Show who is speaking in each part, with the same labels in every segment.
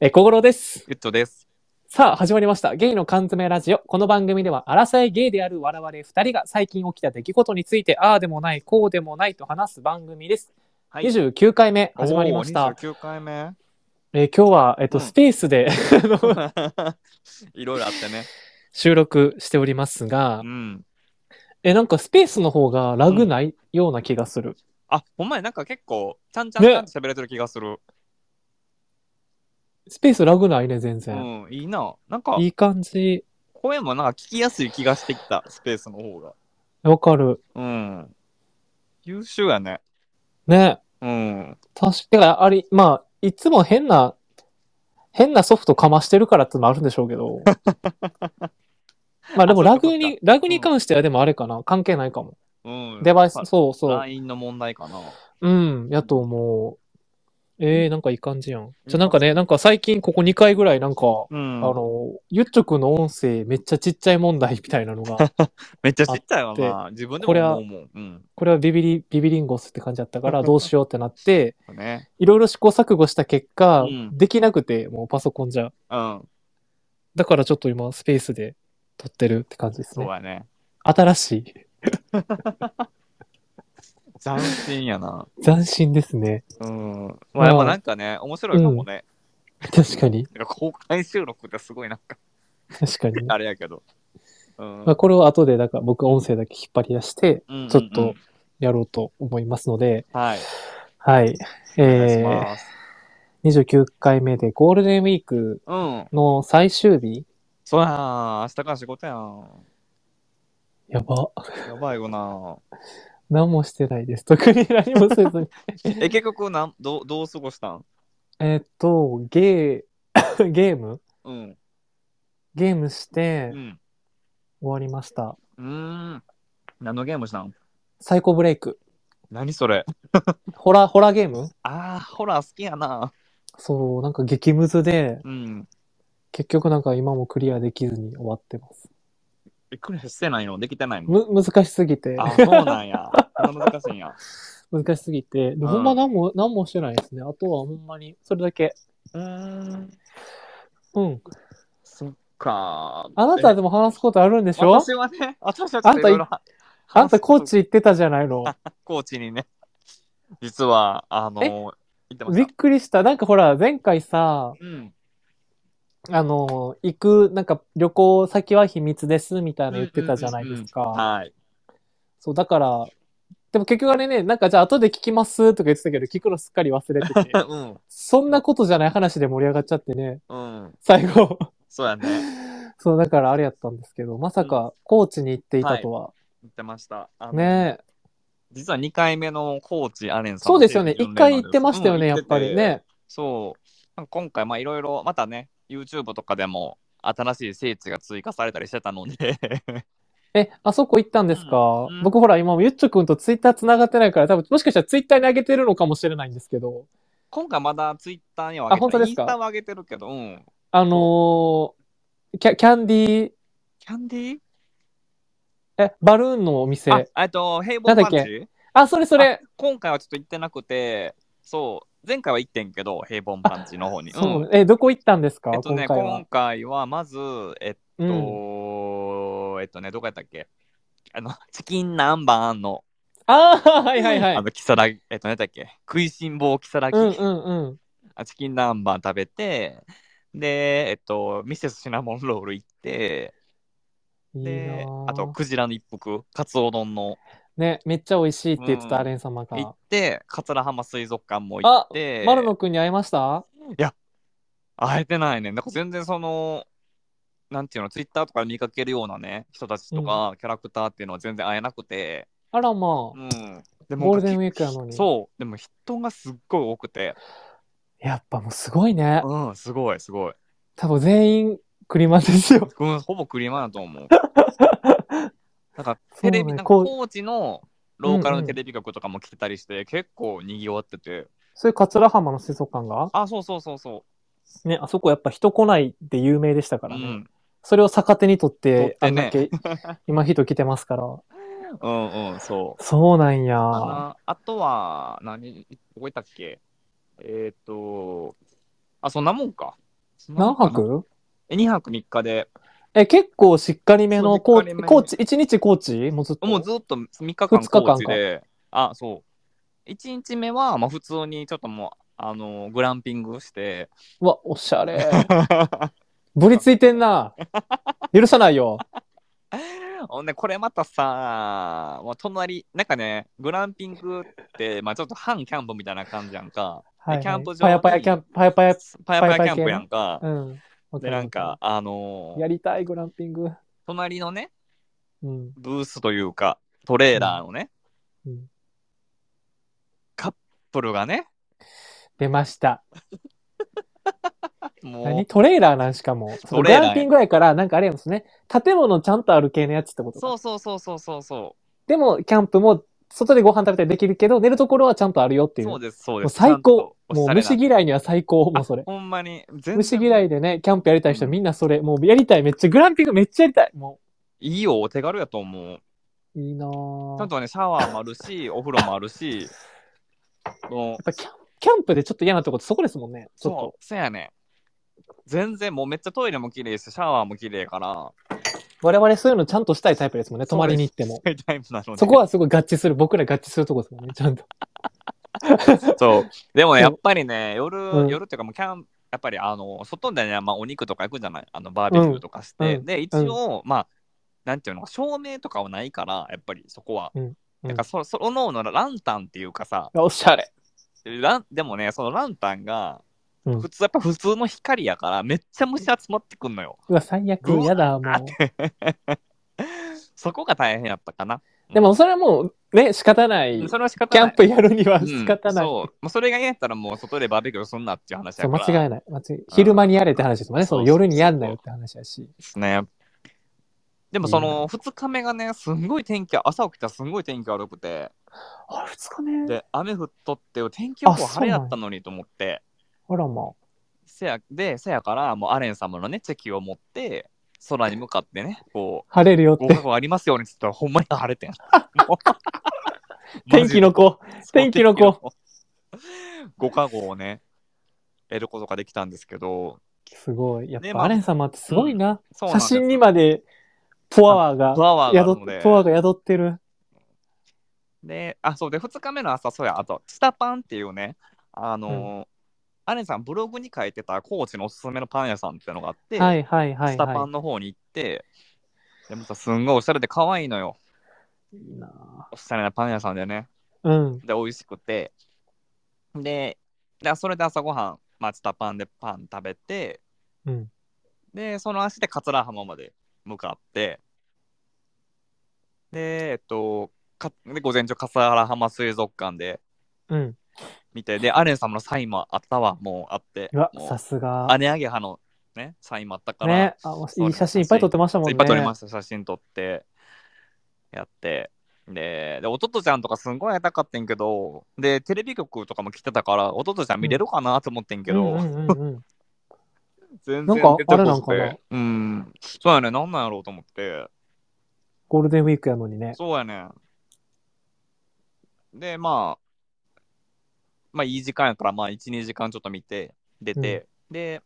Speaker 1: え、小五郎です。
Speaker 2: ゆっとです。
Speaker 1: さあ、始まりました。ゲイの缶詰ラジオ。この番組では、荒さえゲイである我々二人が最近起きた出来事について、ああでもない、こうでもないと話す番組です。
Speaker 2: は
Speaker 1: 29回目始まりました。
Speaker 2: 九回 目。
Speaker 1: えー今日は、えっと、
Speaker 2: うん
Speaker 1: スペースで
Speaker 2: いろいろあってね。
Speaker 1: 収録しておりますが
Speaker 2: う、ん。
Speaker 1: え、なんかスペースの方がラグないような気がする。
Speaker 2: あ、ほんまや、なんか結構、ちゃんちゃんちゃんって喋れてる気がする。
Speaker 1: スペースラグないね、全
Speaker 2: う
Speaker 1: 然。
Speaker 2: ん、いいな。なんか、
Speaker 1: いい感じ。
Speaker 2: 声もなんか聞きやすい気がしてきた、スペースの方が。
Speaker 1: わかる。
Speaker 2: うん。優秀やね。
Speaker 1: ね。
Speaker 2: うん。
Speaker 1: 確かに、あれ、まあ、いつも変な、変なソフトかましてるからってのもあるんでしょうけ ど。まあでも
Speaker 2: あそ
Speaker 1: ラ
Speaker 2: うかそう
Speaker 1: グ
Speaker 2: か
Speaker 1: に、ラグに関してはでもあれかな。関係ないかも。
Speaker 2: うん。
Speaker 1: デバイス
Speaker 2: やっ、ぱ
Speaker 1: そうそう。
Speaker 2: LINE の問題かな。
Speaker 1: うん、やと思う。えー、なんかいい感じやん。じゃあなんか
Speaker 2: い
Speaker 1: ね、なんか最近ここ2回ぐらいなんか、
Speaker 2: うん。
Speaker 1: あの、ゆっちょくんの音声めっちゃちっちゃい問題みたいなの が、
Speaker 2: めっちゃちっちゃいわ
Speaker 1: あ
Speaker 2: な。自分でも思うもん。うん。
Speaker 1: これはビビリ、ビビリンゴスって感じだった からどうしようってなって、
Speaker 2: ね。
Speaker 1: いろいろ試行錯誤した結果、
Speaker 2: うん
Speaker 1: できなくて、もうパソコンじゃ。
Speaker 2: うん。
Speaker 1: だからちょっと今スペースで撮ってるって感じです
Speaker 2: そう
Speaker 1: ね。
Speaker 2: やね。
Speaker 1: 新しい。
Speaker 2: 斬新やな。
Speaker 1: 斬新ですね。
Speaker 2: うん。まあ、やっぱなんかね、面白いかもね。
Speaker 1: 確かに。
Speaker 2: いや公開収録ってすごいなんか
Speaker 1: 確かにね、
Speaker 2: あれやけど、うん
Speaker 1: まあ、これを後で、だから僕音声だけ引っ張り出して
Speaker 2: うん
Speaker 1: ちょっと
Speaker 2: うんうん
Speaker 1: やろうと思いますので、
Speaker 2: はい
Speaker 1: はい。
Speaker 2: お願いし
Speaker 1: えー、
Speaker 2: ます、
Speaker 1: 29回目でゴールデンウィーク
Speaker 2: うん
Speaker 1: の最終日。
Speaker 2: そうやな明日から仕事やん
Speaker 1: やば。
Speaker 2: やばいよな
Speaker 1: 何もしてないです。特に何もせずに。
Speaker 2: え結局なんどうどう過ごしたん
Speaker 1: えーっと、ゲー、 ゲーム
Speaker 2: うん
Speaker 1: ゲームして
Speaker 2: う
Speaker 1: 終
Speaker 2: ん
Speaker 1: わりました。
Speaker 2: うーん何のゲームしたん
Speaker 1: サイコブレイク。
Speaker 2: 何それ
Speaker 1: ホラー、ホラーゲーム
Speaker 2: あーホラー好きやな
Speaker 1: そう、なんか激ムズで、
Speaker 2: うん
Speaker 1: 結局なんか今もクリアできずに終わってます。
Speaker 2: びっくりしてないのできてないの
Speaker 1: む、難しすぎて、
Speaker 2: あそうなんやそんな難しいんや
Speaker 1: 難しすぎて、で
Speaker 2: ん
Speaker 1: ほんま何も、何もしてないですね。あとはほんまに、それだけ。
Speaker 2: うーん
Speaker 1: うん。
Speaker 2: そっか
Speaker 1: あなたでも話すことあるんでしょ
Speaker 2: 私はね私はちょっといろいろ
Speaker 1: あんたコーチ行ってたじゃないの。
Speaker 2: 高知にね、実は、あの、行ってま
Speaker 1: び
Speaker 2: し。
Speaker 1: ったくりした。なんかほら、前回さ、
Speaker 2: うん。
Speaker 1: あの、行く、なんか旅行先は秘密ですみたいなの言ってたじゃないです
Speaker 2: うんうんうん
Speaker 1: か。
Speaker 2: はい。
Speaker 1: そう、だから、でも結局あれね、なんかじゃあ後で聞きますとか言ってたけど、聞くのすっかり忘れて て。
Speaker 2: うん。
Speaker 1: そんなことじゃない話で盛り上がっちゃってね、
Speaker 2: うん。
Speaker 1: 最後。
Speaker 2: そうやね。
Speaker 1: そう、だからあれやったんですけど、まさか高知に行っていたとは。
Speaker 2: 行ってました。あの
Speaker 1: ねえ。
Speaker 2: 実は2回目の高知アレンさんの
Speaker 1: そうですよね。
Speaker 2: テレビ
Speaker 1: 一
Speaker 2: に呼んで
Speaker 1: 回
Speaker 2: もら
Speaker 1: 行ってましたよね、
Speaker 2: うん
Speaker 1: やっぱり。ね。
Speaker 2: そう。なんか今回、まあいろいろ、またね、YouTube とかでも、新しい聖地が追加されたりしてたので
Speaker 1: え、あそこ行ったんですか、
Speaker 2: うんうん
Speaker 1: 僕ほら、今、ゆっちょくんとツイッター繋がってないから、多分、もしかしたらツイッターに上げてるのかもしれないんですけど、
Speaker 2: 今回まだ Twitter には上げて
Speaker 1: あ本当ですか
Speaker 2: インスタは上げてるけど、うん。
Speaker 1: あのーキャ、キャンディー、
Speaker 2: キャンディー
Speaker 1: え、バルーンのお店。あ、
Speaker 2: あえっと、平凡パン
Speaker 1: なんだっ
Speaker 2: チ
Speaker 1: それそれ。
Speaker 2: 今回はちょっと行ってなくて、そう、前回は行ってんけど、平凡パンチの方に。
Speaker 1: そう、
Speaker 2: ん
Speaker 1: え、どこ行ったんですか、
Speaker 2: えっと
Speaker 1: 今
Speaker 2: ね、
Speaker 1: 回
Speaker 2: 今
Speaker 1: は。
Speaker 2: 回はまず、えっと、
Speaker 1: うん。
Speaker 2: えっとね、どこやったっけあの、チキン南蛮の、
Speaker 1: ああ、はいはいは
Speaker 2: あ
Speaker 1: い。
Speaker 2: の、キサラえっと、何やったっけ食いしん坊キサラギ、
Speaker 1: うんうんうん。
Speaker 2: あチキン南蛮食べて、で、えっと、ミセスシナモンロール行って、
Speaker 1: いいな
Speaker 2: で、
Speaker 1: ー
Speaker 2: あと、クジラの一服、カツオ丼の
Speaker 1: ね、めっちゃ美味しいって言ってた、
Speaker 2: うん
Speaker 1: アレン様が。
Speaker 2: 行って、桂浜水族館も行
Speaker 1: あ
Speaker 2: って、
Speaker 1: マルノ君に会いました
Speaker 2: 会えてないね。なんか全然その、なんていうの、ツイッターとかで見かけるようなね、人たちとか、キャラクターっていうのは全然会えなくて、
Speaker 1: あらま
Speaker 2: う
Speaker 1: あ、
Speaker 2: ん。で
Speaker 1: ゴールデンウ
Speaker 2: ィ
Speaker 1: ィークやのに。
Speaker 2: そう、でも人がすっごい多くて、
Speaker 1: やっぱもうすごいね。
Speaker 2: うん、すごい、すごい。
Speaker 1: 多分全員、クリマンですよ。
Speaker 2: うん、ほぼクリマだと 思う。なんか
Speaker 1: そう
Speaker 2: テ
Speaker 1: ね
Speaker 2: レビ、なんか
Speaker 1: こう
Speaker 2: 高知のローカルのテレビ局とかも来てたりして、結構にぎわってて、
Speaker 1: そういう桂浜の水族館が
Speaker 2: あ、そうそうそうそ
Speaker 1: ね、あそこやっぱ人来ないで有名でしたか
Speaker 2: う。う
Speaker 1: らね。
Speaker 2: ん、
Speaker 1: それを逆手にとって、
Speaker 2: 取ってね
Speaker 1: あんだけ、 今人来てますから。
Speaker 2: うん、うん、そう。
Speaker 1: そうなんや。
Speaker 2: かなあとは、何、どこ行ったっけえっ、と、あ、そんなもんか。そんなも
Speaker 1: 何
Speaker 2: んかな
Speaker 1: 泊
Speaker 2: え、2泊3日で、
Speaker 1: え、結構しっかりめのコ
Speaker 2: そうし
Speaker 1: ーチ、
Speaker 2: っかりめ
Speaker 1: コーチ、1日コーチもうずっと。
Speaker 2: もうずっと3日間
Speaker 1: 二日間
Speaker 2: コ
Speaker 1: か
Speaker 2: ーチで、あ、そう。1日目は、まあ普通にちょっともう、あのグランピン グして、
Speaker 1: うわ、おしゃれ。ぶりついてん な。許さないよ。
Speaker 2: ほんで、これまたさ、もう隣、なんかね、グランピングって、まあちょっと半キャンプみたいな感じやんか。
Speaker 1: はいはい
Speaker 2: キャンプ場に
Speaker 1: パヤパヤキャンプ、パヤパヤ。
Speaker 2: パヤパヤキャンプやんか。
Speaker 1: うん。わ
Speaker 2: で、
Speaker 1: る
Speaker 2: なんか、、あのー
Speaker 1: やりたい、グランピング。
Speaker 2: 隣のね、
Speaker 1: うん。
Speaker 2: ブースというか、トレーラーのね、
Speaker 1: うん
Speaker 2: プルがね、
Speaker 1: 出ました。
Speaker 2: も
Speaker 1: 何トレーラーなんしかも。そのグ
Speaker 2: トレーラー
Speaker 1: ランピングやから、なんかあれやもんですね。建物ちゃんとある系のやつってこ
Speaker 2: う、
Speaker 1: と
Speaker 2: そ
Speaker 1: か。
Speaker 2: うそうそうそうそうそ
Speaker 1: でも、キャンプも、外でご飯食べたりできるけど、寝るところはちゃんとあるよって
Speaker 2: う、
Speaker 1: いう。
Speaker 2: そうです、そう
Speaker 1: も
Speaker 2: で
Speaker 1: う
Speaker 2: す。
Speaker 1: 最高。
Speaker 2: ちゃんと
Speaker 1: も
Speaker 2: おし
Speaker 1: う
Speaker 2: ゃれ
Speaker 1: 虫
Speaker 2: な
Speaker 1: 嫌いには最高。もうそれ。
Speaker 2: ほんまに、全然
Speaker 1: 虫嫌いでね、キャンプやりたい人
Speaker 2: うん
Speaker 1: みんなそれ、もうやりたい。めっちゃ、グランピングめっちゃやりたい。も
Speaker 2: いいよ、お手軽やと思う。
Speaker 1: う、いいな
Speaker 2: ちゃん
Speaker 1: ぁ。
Speaker 2: とね、シャワーもあ るし、お風呂もあるし、もう
Speaker 1: やっぱキャンキャンプでちょっと嫌なとこってそこですもんね。ちょ
Speaker 2: そう、そやね。全然もうめっちゃトイレも綺麗し、シャワーも綺麗やから、
Speaker 1: っと。我々そういうのちゃんとしたいタイプですもんね。
Speaker 2: そ
Speaker 1: 泊
Speaker 2: うです
Speaker 1: まりに行っても。
Speaker 2: タイプなので。
Speaker 1: そこはすごい合致する。僕ら合致するとこですもんね。ちゃんと。
Speaker 2: そう。でもね
Speaker 1: そ
Speaker 2: や
Speaker 1: う
Speaker 2: っぱりね、夜、
Speaker 1: うん
Speaker 2: 夜っていうかもうキャン、やっぱりあの、外でね、まあお肉とか行くじゃないあの、バーベキューとかして。
Speaker 1: うん
Speaker 2: で、一応、まあ、なんていうのか、照明とかはないから、やっぱりそこは。
Speaker 1: うんうん
Speaker 2: なんかそ、そ、おのおのランタンっていうかさ、
Speaker 1: おしゃれ。
Speaker 2: ラン、でもね、そのランタンが、
Speaker 1: うん
Speaker 2: 普通、やっぱ普通の光やから、めっちゃ虫集まってくんのよ。
Speaker 1: うわ、最悪。
Speaker 2: うわ
Speaker 1: やだ、もう。
Speaker 2: そこが大変やったかな。
Speaker 1: でも、それはもう、ね、仕方ない。
Speaker 2: それは仕
Speaker 1: キ
Speaker 2: 方
Speaker 1: ャ
Speaker 2: な
Speaker 1: ン
Speaker 2: い。
Speaker 1: プやるには
Speaker 2: うん
Speaker 1: 仕方ない。
Speaker 2: そう。もうそれが嫌やったら、もう外でバーベキューすんなっていう話
Speaker 1: そう
Speaker 2: やから。
Speaker 1: 間違いない。間違い昼間にやれって話ですもんね。
Speaker 2: そ
Speaker 1: そうの
Speaker 2: そう
Speaker 1: 夜にやんなよって話やし。
Speaker 2: ですね。でもその2日目がね、すんごい天気、朝起きたらすんごい天気悪くて、
Speaker 1: あ、二日目
Speaker 2: で、雨降っとって、天気予報
Speaker 1: あそうな
Speaker 2: 晴
Speaker 1: ん
Speaker 2: れ
Speaker 1: や
Speaker 2: やったのにと思って、
Speaker 1: あらま
Speaker 2: せや、で、せやから、もうアレン様のね、チェキを持って、空に向かってね、こう、
Speaker 1: あ。晴れるよっ
Speaker 2: ご
Speaker 1: て。
Speaker 2: ありますようにって言ったら、ほんまに晴れて ん。
Speaker 1: 天気の子。天気の子
Speaker 2: 5か号をね、得ることができたんですけど、
Speaker 1: すごい。やっ
Speaker 2: ね
Speaker 1: ぱ
Speaker 2: まあ
Speaker 1: アレン様ってすごいな。
Speaker 2: そうなん
Speaker 1: 写
Speaker 2: です
Speaker 1: 真にまでポアワーが
Speaker 2: パワーがある
Speaker 1: 宿
Speaker 2: ので
Speaker 1: っ、ポアワーが宿ってる。
Speaker 2: で、あ、そうで、2日目の朝、そうや、あと、チタパンっていうね、あのーアレンさんブログに書いてた高知のおすすめのパン屋さんっていうのがあって、
Speaker 1: はいはいはい
Speaker 2: チタパ
Speaker 1: は
Speaker 2: ンの方に行って、でもさ、すんごいおしゃれで可愛いのよ。
Speaker 1: い。いいな
Speaker 2: おしゃれなパン屋さんでね。
Speaker 1: ぁうん。
Speaker 2: で、美味しくて。で、でそれで朝ごはん、まあ、チタパンでパン食べて、
Speaker 1: うん。
Speaker 2: で、その足で桂浜まで向かって、で、えっと、かで午前中、桂浜水族館で、
Speaker 1: うん。
Speaker 2: 見て、で、アレン様のサインもあったわ、もうあって。
Speaker 1: うわ、
Speaker 2: もう
Speaker 1: さすが。
Speaker 2: 姉上げ派のね、サインもあったから、
Speaker 1: ね。あ
Speaker 2: そう
Speaker 1: いい写真いっぱい撮ってましたもんね。
Speaker 2: いっぱい撮りました、写真撮って、やって。で、で、おととちゃんとかすんごい会いたかってんけど、で、テレビ局とかも来てたから、おととちゃん見れるかなと思ってんけど、
Speaker 1: うんうんうんうん
Speaker 2: 全
Speaker 1: な
Speaker 2: 然
Speaker 1: んか
Speaker 2: 出て
Speaker 1: あれな
Speaker 2: こ
Speaker 1: ん
Speaker 2: な
Speaker 1: かな
Speaker 2: くて。うん。そうやね、なんなんやろうと思って。
Speaker 1: ゴールデンウィークやのにね。
Speaker 2: そうやねん。で、まあ、まあいい時間やから、まあ1、2時間ちょっと見て、出て、で、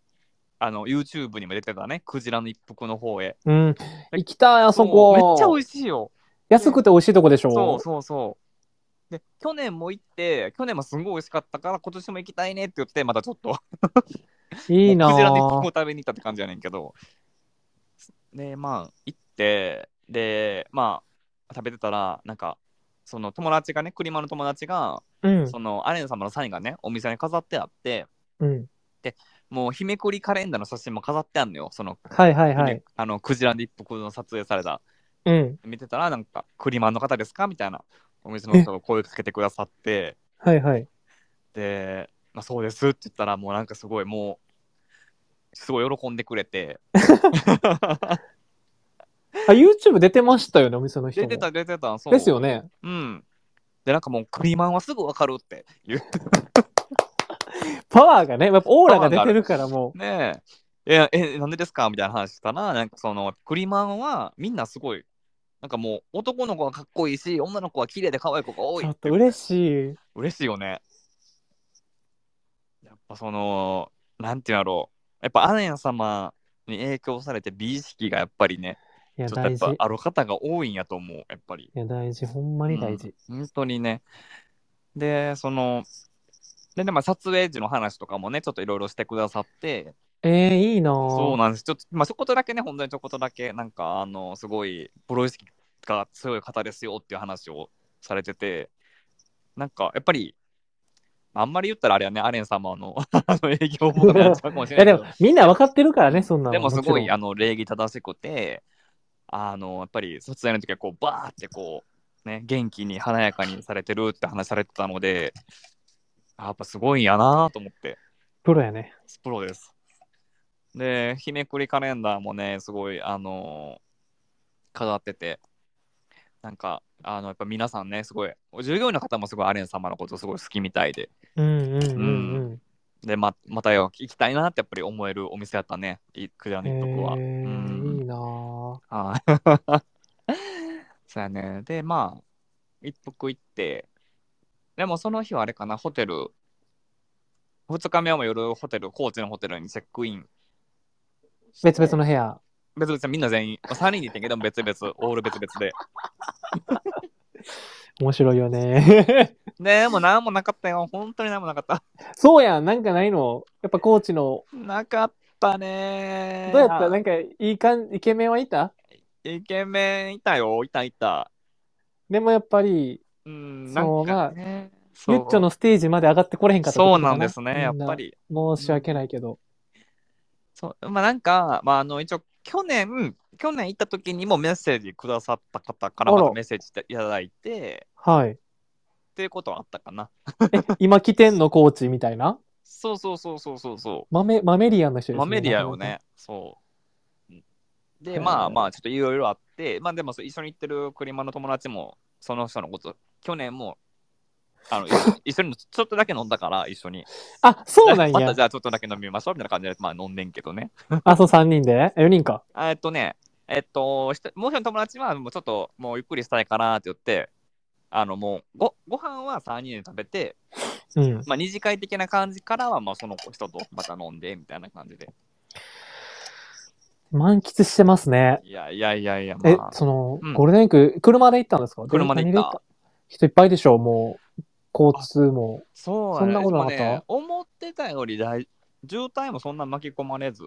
Speaker 2: あの、YouTube にも出てたね、クジラの一服の方へ。
Speaker 1: うん。行きたい、あそ
Speaker 2: も
Speaker 1: こ。
Speaker 2: うめっちゃ美味しいよ。
Speaker 1: 安くて美味しいとこでしょ。
Speaker 2: そうそうそう。で、去年も行って、去年もすんごい美味しかったから、今年も行きたいねって言って、またちょっと、
Speaker 1: いいな
Speaker 2: もうクジラの一服を
Speaker 1: ぁ
Speaker 2: 食べに行ったって感じやねんけど。で、まあ、行って、で、まあ、食べてたら、なんか、その友達がね、車の友達が、
Speaker 1: うん。
Speaker 2: そのアレン様のサインがねお店に飾ってあって
Speaker 1: うん。
Speaker 2: もう日めくりカレンダーの写真も飾ってあんのよその,、
Speaker 1: はいはいはい。
Speaker 2: あのクジラで一服の撮影された
Speaker 1: うん。
Speaker 2: 見てたらなんかクリマンの方ですかみたいなお店の人が声かけてくださって
Speaker 1: はいはい。
Speaker 2: で、まあ、そうですって言ったらもうなんかすごいもうすごい喜んでくれて
Speaker 1: あ、YouTube 出てましたよね、お店の人
Speaker 2: 出
Speaker 1: も。
Speaker 2: てた出てたそう
Speaker 1: ですよね。
Speaker 2: うんでなんかもうクリマンはすぐわかるって言って
Speaker 1: パワーがね、やっぱオーラが出てるからも
Speaker 2: ねえ、いやえ、なんでですかみたいな話したら、なんかその、クリマンはみんなすごい、なんかもう男の子はかっこいいし、女の子は綺麗で可愛い子が
Speaker 1: う、
Speaker 2: 多
Speaker 1: ち
Speaker 2: い
Speaker 1: ょ
Speaker 2: っ
Speaker 1: ってと嬉しい。
Speaker 2: 嬉しいよね。やっぱその、なんていうんだろう、やっぱアレン様に影響されて美意識がやっぱりね、
Speaker 1: いや、
Speaker 2: ちょっとや
Speaker 1: 大
Speaker 2: っ
Speaker 1: 事。
Speaker 2: ぱ
Speaker 1: い
Speaker 2: ある方が多いんやと思う、やっぱり。
Speaker 1: や、大事。ほんまに大事。
Speaker 2: うん本当にね。で、その、で、でまあ、撮影時の話とかもね、ちょっといろいろしてくださって、
Speaker 1: えー、いいなぁ
Speaker 2: そうなんです。ちょっと、まあ、ちょこっとだけね、本当にちょこっとだけ、なんか、あの、すごい、プロ意識が強い方ですよっていう話をされてて、なんか、やっぱり、あんまり言ったらあれはね、アレン様のあの営業妨害になっちゃうかもし
Speaker 1: い
Speaker 2: れ
Speaker 1: や、
Speaker 2: な
Speaker 1: で
Speaker 2: いけ
Speaker 1: も
Speaker 2: ど、、
Speaker 1: みんな分かってるからね、そんなの
Speaker 2: でもすごい、
Speaker 1: ちろん
Speaker 2: あの、礼儀正しくて、あの、やっぱり、撮影の時は、こう、バーって、こう、ね、元気に華やかにされてるって話されてたので、あやっぱすごいんやなと思って。
Speaker 1: プロやね。
Speaker 2: プロです。で、日めくりカレンダーもね、すごい、あのー飾ってて、なんか、あの、やっぱ皆さんね、すごい、従業員の方もすごいアレン様のことすごい好きみたいで、
Speaker 1: うんうんうん
Speaker 2: で、ままたよ行きたいなってやっぱり思えるお店やったね、いクジャ
Speaker 1: うん。え
Speaker 2: ニットクは。
Speaker 1: ー、い
Speaker 2: うん
Speaker 1: いなぁ
Speaker 2: はい。 そうやね。で、まあ、一服行って、でもその日はあれかな、ホテル、2日目はもう夜ホテル、高知のホテルにチェックインして。
Speaker 1: 別々の部屋。
Speaker 2: 別々みんな全員3人で行ってんけど別々オール別々で
Speaker 1: 面白いよね。
Speaker 2: でも何もなかったよ本当に何もなかった
Speaker 1: そうやん、なんかないの。やっぱコーチの、
Speaker 2: なかったね
Speaker 1: どうやったなんか、いい感じ、イケメンはいた
Speaker 2: イケメンいたよいたいた
Speaker 1: でもやっぱり、
Speaker 2: うんな
Speaker 1: そ
Speaker 2: ん
Speaker 1: うま
Speaker 2: か
Speaker 1: あ
Speaker 2: ね
Speaker 1: ゆっちょのステージまで上がってこれへんかったって
Speaker 2: そ
Speaker 1: こ
Speaker 2: う
Speaker 1: とか
Speaker 2: なんですねやっぱ。り
Speaker 1: みんな申し訳ないけど。
Speaker 2: そうまあなんかまああの一応去年去年行った時にもメッセージくださった方から
Speaker 1: あら
Speaker 2: またメッセージいただいて
Speaker 1: はい。
Speaker 2: っていうことはあったかな
Speaker 1: え、今来てんのコーチみたいな
Speaker 2: そうそうそうそうそうそう
Speaker 1: マメ、マメリアンの人ですね。
Speaker 2: マメディア
Speaker 1: な
Speaker 2: よ
Speaker 1: かなか
Speaker 2: ね。そう。
Speaker 1: へ
Speaker 2: で、
Speaker 1: ー
Speaker 2: まあまあ、ちょっといろいろあって、まあでもそう一緒に行ってる車の友達も、その人のこと、去年も、あの、一緒一緒にちょっとだけ飲んだから、一緒に。
Speaker 1: あ、そうなん
Speaker 2: また
Speaker 1: や
Speaker 2: じ。ゃあちょっとだけ飲みましょうみたいな感じで、まあ飲んでんけどね。
Speaker 1: あ、そう3人で ?4 人か。
Speaker 2: あえっとね、えっと、ひともう一人の友達は、もうちょっと、もうゆっくりしたいからって言って、あのもうごご飯は3人で食べて、
Speaker 1: うん。
Speaker 2: まあ、二次会的な感じからはまあその人とまた飲んでみたいな感じで
Speaker 1: 満喫してますね。
Speaker 2: いやいやいやいや、ま
Speaker 1: え
Speaker 2: あ、、
Speaker 1: その
Speaker 2: うん、
Speaker 1: ゴールデンウィーク、車で行ったんですか
Speaker 2: 車で行った
Speaker 1: 何人いっぱいでしょもう、交通も。
Speaker 2: そう
Speaker 1: そんなことなか
Speaker 2: で
Speaker 1: っ
Speaker 2: も
Speaker 1: た
Speaker 2: ね、思ってたより大渋滞もそんな巻き込まれずっ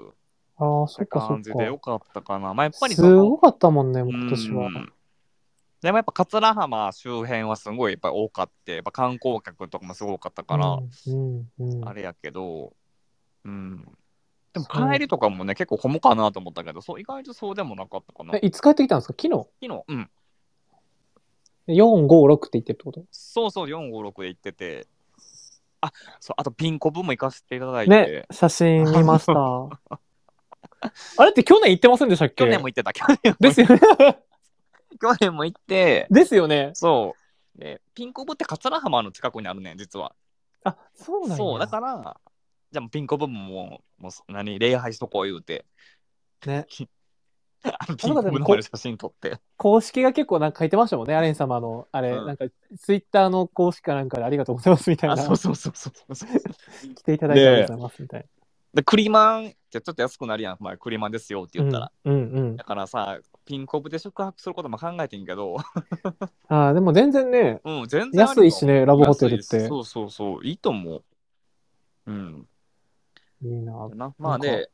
Speaker 1: ああ、そ
Speaker 2: て
Speaker 1: っかそっ
Speaker 2: 感じでよ
Speaker 1: か。
Speaker 2: かったかな。まあやっぱり
Speaker 1: す
Speaker 2: その
Speaker 1: ごかったもんね、今年
Speaker 2: う
Speaker 1: は。
Speaker 2: んでもやっぱ桂浜周辺はすごいやっぱ多かってやっぱ観光客とかもすごい多かったか
Speaker 1: う
Speaker 2: ら、
Speaker 1: ん、うん、うん
Speaker 2: あれやけど、うん、でも
Speaker 1: そう
Speaker 2: 帰りとかもね結構混むかなと思ったけどそう意外とそうでもなかったかな
Speaker 1: え
Speaker 2: 昨、
Speaker 1: いつ帰ってきたんですか昨日
Speaker 2: 日、うん、
Speaker 1: ?4、5、6って言ってるってこと
Speaker 2: そうそう456で行っててあそうあとピンコブも行かせていただいて、
Speaker 1: ね、写真見ま した。あれって去年行ってませんでしたっけ
Speaker 2: 去年も行ってた去年も
Speaker 1: ですよね。
Speaker 2: 去年も行って
Speaker 1: ですよね。
Speaker 2: そう。で、ピンコブって桂浜の近くにあるねん、実は。
Speaker 1: あ、そうなん
Speaker 2: そう、だ
Speaker 1: や。
Speaker 2: から、じゃあもうピンコブももう、もう何、礼拝しとこう言うて、
Speaker 1: ね。
Speaker 2: あのピンコブの前で写真撮 って。
Speaker 1: 公式が結構なんか書いてましたもんね。アレン様の、あれ、
Speaker 2: うん
Speaker 1: なんか、ツイッターの公式かなんかでありがとうございますみたい
Speaker 2: あ、
Speaker 1: な。
Speaker 2: そうそうそうそうそう。
Speaker 1: 来ていただいてありがとうございますみたいな。
Speaker 2: で、クリマンってちょっと安くなるやん、まあ、クリマンですよって言ったら。
Speaker 1: うん、うん、
Speaker 2: だからさ、ピンコブで宿泊することも考えてんけど、
Speaker 1: うん。ああ、でも全然ね、
Speaker 2: うん、全然あり
Speaker 1: 安いしね、ラ
Speaker 2: ラ
Speaker 1: ブホテルって。
Speaker 2: そうそうそう、いいと思う。うん。
Speaker 1: いいな。
Speaker 2: なま
Speaker 1: な
Speaker 2: あ
Speaker 1: ん
Speaker 2: で、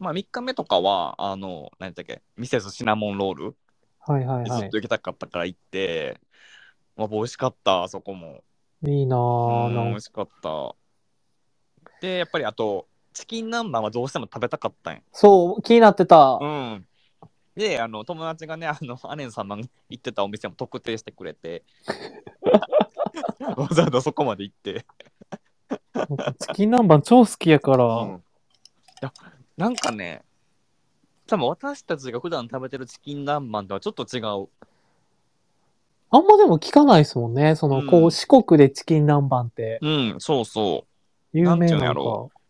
Speaker 2: まあ3日目とかは、あの、何だっけ、ミセスシナモンロール、
Speaker 1: はいはい
Speaker 2: ず
Speaker 1: は
Speaker 2: っ
Speaker 1: い
Speaker 2: と。行きたかったから行って、まあ美味しかった、あそこも。
Speaker 1: いいな
Speaker 2: う
Speaker 1: ぁ。
Speaker 2: ん
Speaker 1: な
Speaker 2: 美
Speaker 1: ん
Speaker 2: 味しかった。で、やっぱりあと、チキン南蛮はどうしても食べたかったんや
Speaker 1: そう、気になってた。
Speaker 2: うん。で、あの、友達がね、あの、アレン様が行ってたお店も特定してく れて、わざわざそこまで行って。
Speaker 1: 僕チキン南蛮超好きやから。
Speaker 2: うんいやなんかね、多分私たちが普段食べてるチキン南蛮とはちょっと違う。
Speaker 1: あんまでも聞かないですもんね。その、
Speaker 2: うん
Speaker 1: こう、四国でチキン南蛮って
Speaker 2: うん、そうそう。
Speaker 1: 有名
Speaker 2: なんていうんや
Speaker 1: なの
Speaker 2: ろ
Speaker 1: か。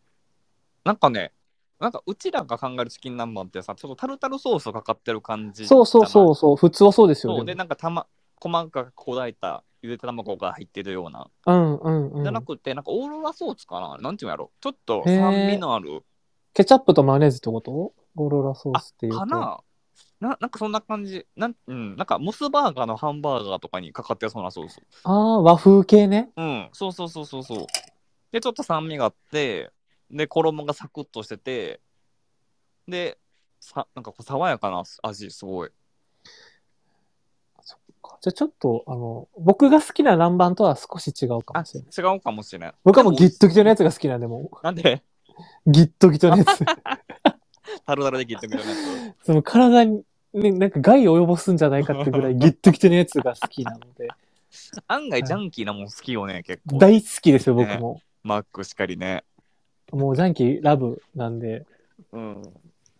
Speaker 2: なんかね、なんかうちらが考えるチキン南蛮ってさ、ちょっとタルタルソースがかかってる感じ。。
Speaker 1: そうそうそううそう。普通はそうですよ
Speaker 2: そうで、
Speaker 1: ね。
Speaker 2: なんかたま、細かく砕いたゆで卵が入ってるような。
Speaker 1: うんうんう
Speaker 2: じゃ
Speaker 1: ん
Speaker 2: な。くて、なんかオーロラソースかななんていうんやろ。ちょっと
Speaker 1: へー
Speaker 2: 酸味のある
Speaker 1: ケチャップとマヨネーズってことゴロラソースっていうと。
Speaker 2: かなななんかそんな感じなん,、うん、なんかモスバーガーのハンバーガーとかにかかってそうなソース
Speaker 1: ああ、和風系ね。
Speaker 2: うん、そうそうそうそうそう。で、ちょっと酸味があって、で、衣がサクッとしてて、で、さなんかこう爽やかな味、すごい。
Speaker 1: じゃあちょっと、あの、僕が好きな南蛮とは少し違うか
Speaker 2: あ、
Speaker 1: もしれない。
Speaker 2: 違うかもしれない。
Speaker 1: 僕はもうギ
Speaker 2: で
Speaker 1: ットギトのやつが好きなんで、も
Speaker 2: なんで、
Speaker 1: う、ギットギトのや つ。
Speaker 2: タルタルでギットギトのや
Speaker 1: その体に、ね、なんか害を及ぼすんじゃないかってぐらいギットギトのやつが好きなの で、
Speaker 2: つ。案外ジャンキーなもん好きよね、結構。
Speaker 1: 大好きですよ、僕も。
Speaker 2: マックしかりね。
Speaker 1: もうジャンキーラブなんで、
Speaker 2: うん。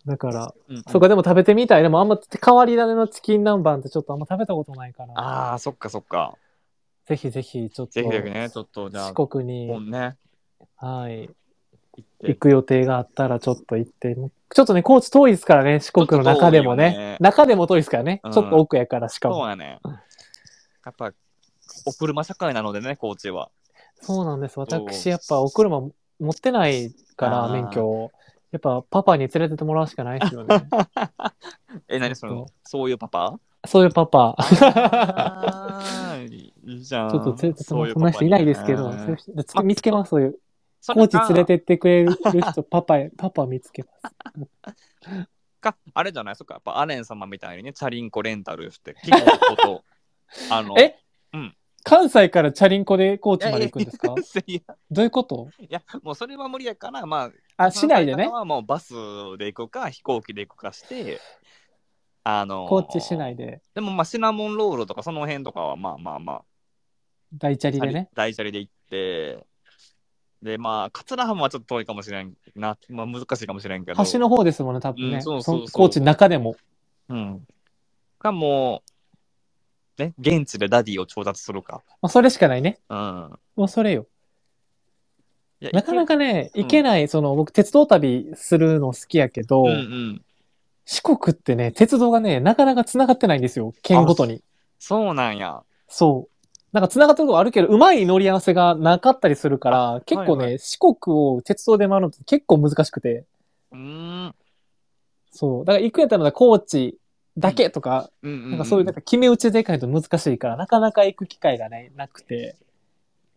Speaker 1: だから、
Speaker 2: うん、
Speaker 1: そうか、でも食べてみたい。でもあんま変わり種のチキン南蛮ってちょっとあんま食べたことないから、
Speaker 2: ああ、そっかそっか。
Speaker 1: ぜひぜひちょっと、
Speaker 2: ぜひぜひね、ちょっとじゃあ、
Speaker 1: 四国に、
Speaker 2: 本ね、
Speaker 1: はい、
Speaker 2: 行って
Speaker 1: 行く予定があったらちょっと行って、ちょっとね、高知遠いですからね、四国の中でもね、
Speaker 2: ちょっと遠いよね
Speaker 1: 中でも遠いですからね、
Speaker 2: うん
Speaker 1: ちょっと奥やからしか
Speaker 2: そう
Speaker 1: も。
Speaker 2: やね。やっぱ、お車社会なのでね、高知は。
Speaker 1: そうなんです。私、
Speaker 2: そう
Speaker 1: やっぱお車持ってないから、
Speaker 2: あー
Speaker 1: 免許を。やっぱパパに連れてってもらうしかないですよ ね。
Speaker 2: え、何その、そういう パパ
Speaker 1: そういうパパ。
Speaker 2: あーいいじゃん。
Speaker 1: ちょっと連れてっても
Speaker 2: そう
Speaker 1: らう
Speaker 2: う
Speaker 1: そんな人いないですけど、
Speaker 2: パパ
Speaker 1: そうい
Speaker 2: に
Speaker 1: う人
Speaker 2: ね
Speaker 1: つ見つけます、そういう。
Speaker 2: そ
Speaker 1: コー
Speaker 2: れ
Speaker 1: チ
Speaker 2: か
Speaker 1: 連れてってくれる人、パパへ、パパ見つけます。
Speaker 2: か、あれじゃないそっか、やっぱアレン様みたいにね、チャリンコレンタルして、キッ コこと、あの、
Speaker 1: え
Speaker 2: うん
Speaker 1: 関西からチャリンコでコーチまで行くんですか
Speaker 2: いや、
Speaker 1: どういうこと
Speaker 2: いやもうそれは無理やから、ま
Speaker 1: あ、
Speaker 2: あ、
Speaker 1: 市内でね
Speaker 2: その方。はもうバスで行くか、飛行機で行くかして、あの
Speaker 1: 高知市内で、
Speaker 2: でもまあシナモンロールとかその辺とかはまあまあまあ
Speaker 1: 大チャリでね。
Speaker 2: 大チャリで行って、で、まあ、桂浜はちょっと遠いかもしれんな、まあ、難しいかもしれんけど、
Speaker 1: 橋の方ですもんね、多分
Speaker 2: う
Speaker 1: ね。
Speaker 2: んそうそうそう
Speaker 1: そ高知の中でも。
Speaker 2: うん。か、もう、ね、現地でダディを調達するか。
Speaker 1: まあ、それしかないね。
Speaker 2: うん。
Speaker 1: もうそれよ。
Speaker 2: いや
Speaker 1: なかな、かね、
Speaker 2: うん
Speaker 1: 行けない、その、僕、鉄道旅するの好きやけど、
Speaker 2: うんうん。
Speaker 1: 四国ってね、鉄道がね、なかなか繋がってないんですよ。県ごとに。
Speaker 2: そうなんや。
Speaker 1: そう。なんか繋がってるとこあるけど、うまい乗り合わせがなかったりするから、結構ね、
Speaker 2: はいは
Speaker 1: 四国を鉄道で回るのって結構難しくて、
Speaker 2: うーん。
Speaker 1: そう。だから行くんやったらまだ高知だけとか、
Speaker 2: うんうん、
Speaker 1: なんかそういう、なんか決め打ちでいかないと難しいから、なかなか行く機会がね、なくて、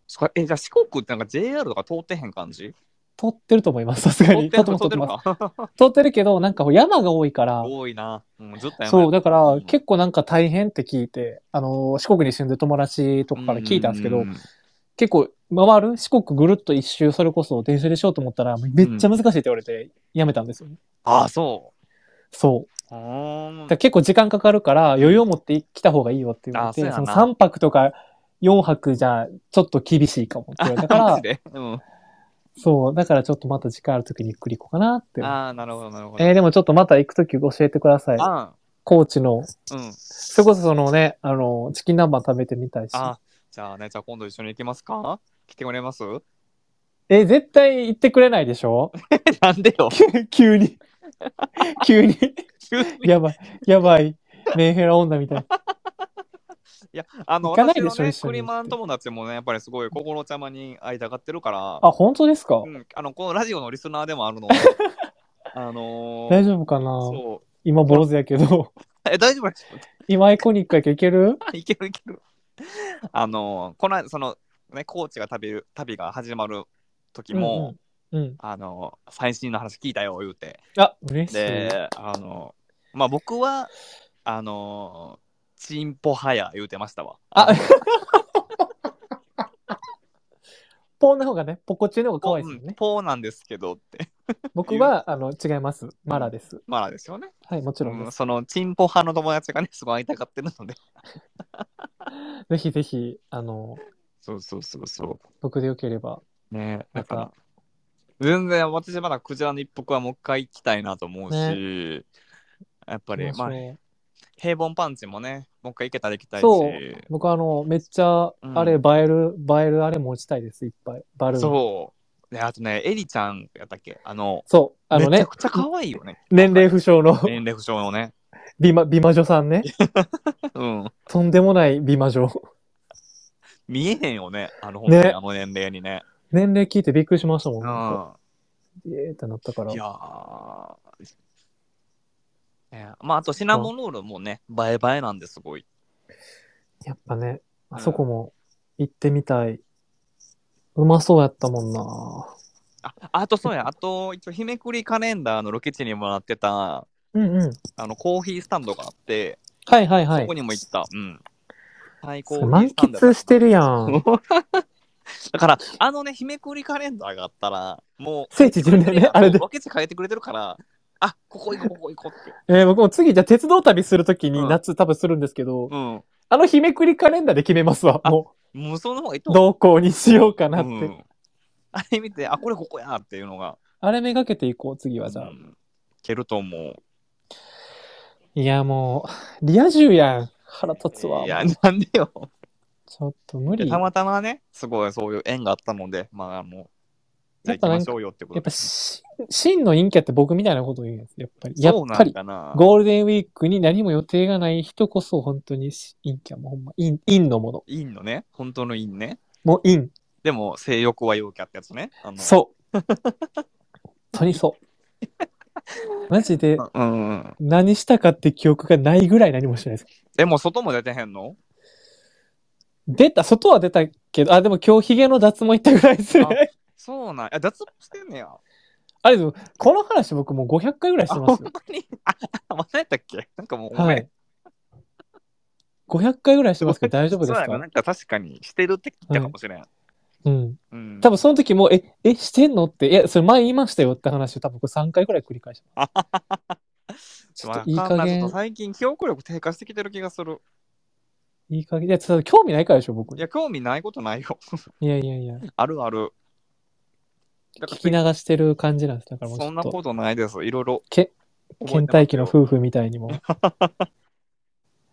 Speaker 2: そっかえ、じゃあ四国ってなんか JR とか通ってへん感 じ
Speaker 1: 通ってると思います、さすがに。
Speaker 2: 通ってんの
Speaker 1: ます
Speaker 2: 通ってる
Speaker 1: ます
Speaker 2: か
Speaker 1: 通ってるけど、なんかほら山が多いから、
Speaker 2: 多いな。うん、ずっとやばい
Speaker 1: そう、だから
Speaker 2: ん
Speaker 1: 結構なんか大変って聞いて、あの、四国に住んでる友達とかから聞いたんですけど、
Speaker 2: うう
Speaker 1: 結構回る四国ぐるっと一周、それこそ電車でしようと思ったら、めっちゃ難しいって言われて、やめたんですよね。
Speaker 2: ああ、そ。
Speaker 1: そう
Speaker 2: うー
Speaker 1: う。だ
Speaker 2: ん
Speaker 1: から結構時間かかるから、余裕を持って来た方がいいよって言われて、
Speaker 2: あそうや
Speaker 1: そ
Speaker 2: な
Speaker 1: の3泊とか4泊じゃ、ちょっと厳しいかもって言われたか
Speaker 2: マ
Speaker 1: ら
Speaker 2: ジ、で、うん、
Speaker 1: そう、だからちょっとまた時間ある時にゆっくり行こうかなって。
Speaker 2: ああ、なるほど、なるほど。
Speaker 1: えーでもちょっとまた行く時教えてください。
Speaker 2: あ
Speaker 1: 高知の、
Speaker 2: ーうん。
Speaker 1: それこそそのね、あの、チキン南蛮食べてみたいし。
Speaker 2: あ、じゃあね、じゃあ今度一緒に行きますか来てくれます
Speaker 1: え、絶対行ってくれないでしょ
Speaker 2: なんで よ。
Speaker 1: 急に。 急に。
Speaker 2: 急に い
Speaker 1: やばい。やばい。メンヘラ女みたいな。
Speaker 2: や、あの、
Speaker 1: 行かない
Speaker 2: 私
Speaker 1: でしょ
Speaker 2: のね、
Speaker 1: 一緒に
Speaker 2: クリマン友達もね、やっぱりすごい心ちゃまに会いたがってるから、
Speaker 1: あ、本当ですか、
Speaker 2: うん、あの、このラジオのリスナーでもあ るの。あのー、
Speaker 1: 大丈夫かな
Speaker 2: そう。
Speaker 1: 今坊主やけど。
Speaker 2: え、大丈夫 です。
Speaker 1: 今アイコニックやけどいける
Speaker 2: いけるいける。あのー、この間、その、ね、コーチが旅る、旅が始まる時も、
Speaker 1: うんうん、うん。
Speaker 2: あのー、最新の話聞いたよ、言うて。
Speaker 1: あ、嬉しい。
Speaker 2: で、あの、まあ、僕は、あの、チンポ派や言うてましたわ。
Speaker 1: あ、 ポーの方がね、ポコチンの方が可愛いですよ
Speaker 2: うん
Speaker 1: ね。
Speaker 2: ポーなんですけどって。
Speaker 1: 僕は、あの、違います。マラです。
Speaker 2: まあですよね。
Speaker 1: はい、もちろん
Speaker 2: う
Speaker 1: で
Speaker 2: ん
Speaker 1: す。
Speaker 2: その、チンポ派の友達がね、すごい会いたがってるので。
Speaker 1: ぜひぜひ、あの、
Speaker 2: そうそうそうそ
Speaker 1: 僕でよければ。
Speaker 2: う。ね
Speaker 1: ま
Speaker 2: だ
Speaker 1: た
Speaker 2: から、全然私まだクジラの一服はもう一回行きたいなと思うし、やっぱり、まあ、平凡パンチもね、もう一回行けたら行きたいし。
Speaker 1: そう僕あの、めっちゃ、あれ、映
Speaker 2: う
Speaker 1: える、映えるあれ持ちたいです、いっぱい。バルーン。そう。
Speaker 2: そう。で、あとね、エリちゃんやったっけあの、
Speaker 1: あの
Speaker 2: め
Speaker 1: ね
Speaker 2: ちゃ、くちゃ可愛いよね。
Speaker 1: 年齢不詳の
Speaker 2: 年齢不詳のね。
Speaker 1: 美魔、美魔女さんね。
Speaker 2: うん。
Speaker 1: とんでもない美魔女。
Speaker 2: 見えへんよね。あの、本当に
Speaker 1: ね
Speaker 2: あの年齢にね。
Speaker 1: 年齢聞いてびっくりしましたも。
Speaker 2: うんん。
Speaker 1: えーってなったから
Speaker 2: い。やーねまあ、あとシナモンロールもね、映え映えなんですごい。
Speaker 1: やっぱね、
Speaker 2: うん
Speaker 1: あそこも行ってみたい。うまそうやったもんな。
Speaker 2: あ、あとそうや、あと、一応、日めくりカレンダーのロケ地にもなってた、
Speaker 1: うんうん。
Speaker 2: あの、コーヒースタンドがあって、
Speaker 1: はいはいは
Speaker 2: そ
Speaker 1: い
Speaker 2: こ。にも行った。うん。最高。
Speaker 1: 満喫してるや ん。
Speaker 2: だから、あのね、日めくりカレンダーがあったら、も
Speaker 1: 聖地
Speaker 2: う、
Speaker 1: 巡礼ね、あれで
Speaker 2: ロ。ケ地変えてくれてるから、あ、ここ行こう、ここ行こうって。
Speaker 1: えー僕も次、じゃあ鉄道旅するときに
Speaker 2: うん
Speaker 1: 夏多分するんですけど、
Speaker 2: うん。
Speaker 1: あの日めくりカレンダーで決めますわ。
Speaker 2: あ
Speaker 1: も
Speaker 2: もうその方がいいと
Speaker 1: う、
Speaker 2: 思う。
Speaker 1: 同行にしようかなって。
Speaker 2: うんあれ見て、あ、これここやっていうのが、
Speaker 1: あれめがけていこう、次はじ
Speaker 2: う
Speaker 1: ゃあ。
Speaker 2: ん、いけると思う。
Speaker 1: いや、もう、リア充やん。腹立つわ。
Speaker 2: いや、なんでよ。
Speaker 1: ちょっと無
Speaker 2: いや
Speaker 1: 理。
Speaker 2: た
Speaker 1: や
Speaker 2: またまね、すごいそういう縁があったので、まあもう、じゃあ
Speaker 1: やっぱ
Speaker 2: 行き
Speaker 1: なんか
Speaker 2: ましょうよってこ
Speaker 1: っ
Speaker 2: と
Speaker 1: ぱし、真の陰キャって僕みたいなこと言うんです。やっぱり。やっ
Speaker 2: そうな
Speaker 1: ぱ
Speaker 2: ん
Speaker 1: り。
Speaker 2: かな。
Speaker 1: ゴールデンウィークに何も予定がない人こそ本当にし陰キャもうほんま、陰、陰のもの。
Speaker 2: インのね、本当のインね。
Speaker 1: もう陰。
Speaker 2: でも、性欲は陽キャってやつね。あの
Speaker 1: そう。本当に そう。マジで
Speaker 2: う。うんうん。
Speaker 1: 何したかって記憶がないぐらい何もしてないです。
Speaker 2: でも、外も出てへんの
Speaker 1: 出た、外は出たけど、あ、でも今日ヒゲの脱毛行ったぐらいですね。
Speaker 2: そうなん。あ、脱毛してんねや。
Speaker 1: あれでも、この話僕もう500回ぐらいして
Speaker 2: あ、
Speaker 1: ま
Speaker 2: ほ
Speaker 1: す
Speaker 2: ん
Speaker 1: よ。
Speaker 2: まに。あ、あまたやったっけなんかもう、お
Speaker 1: は
Speaker 2: 前
Speaker 1: い。。500回ぐらいしてますけど大丈夫です
Speaker 2: そうやな
Speaker 1: か
Speaker 2: なんか確かに、してるって聞いたかもしれん。
Speaker 1: うん。
Speaker 2: うん。
Speaker 1: 多分その時も、え、え、してんのって、いや、それ前言いましたよって話を多分これ3回ぐらい繰り返してます。 ちょっといい
Speaker 2: わか
Speaker 1: 加
Speaker 2: んないちょっ
Speaker 1: 減
Speaker 2: と、最近、記憶力低下してきてる気がする。
Speaker 1: いい加減。いや、ちょっと興味ないからでしょ、僕。
Speaker 2: い
Speaker 1: いや
Speaker 2: や、興味ないことないよ。
Speaker 1: いやいや、
Speaker 2: あるある。だか
Speaker 1: 聞
Speaker 2: ら
Speaker 1: き流してる感じなんです。だからもうち
Speaker 2: そん
Speaker 1: ょ
Speaker 2: な
Speaker 1: っと、
Speaker 2: ことないです。いろいろ。
Speaker 1: け倦怠期の
Speaker 2: 夫
Speaker 1: 夫婦みたいに も。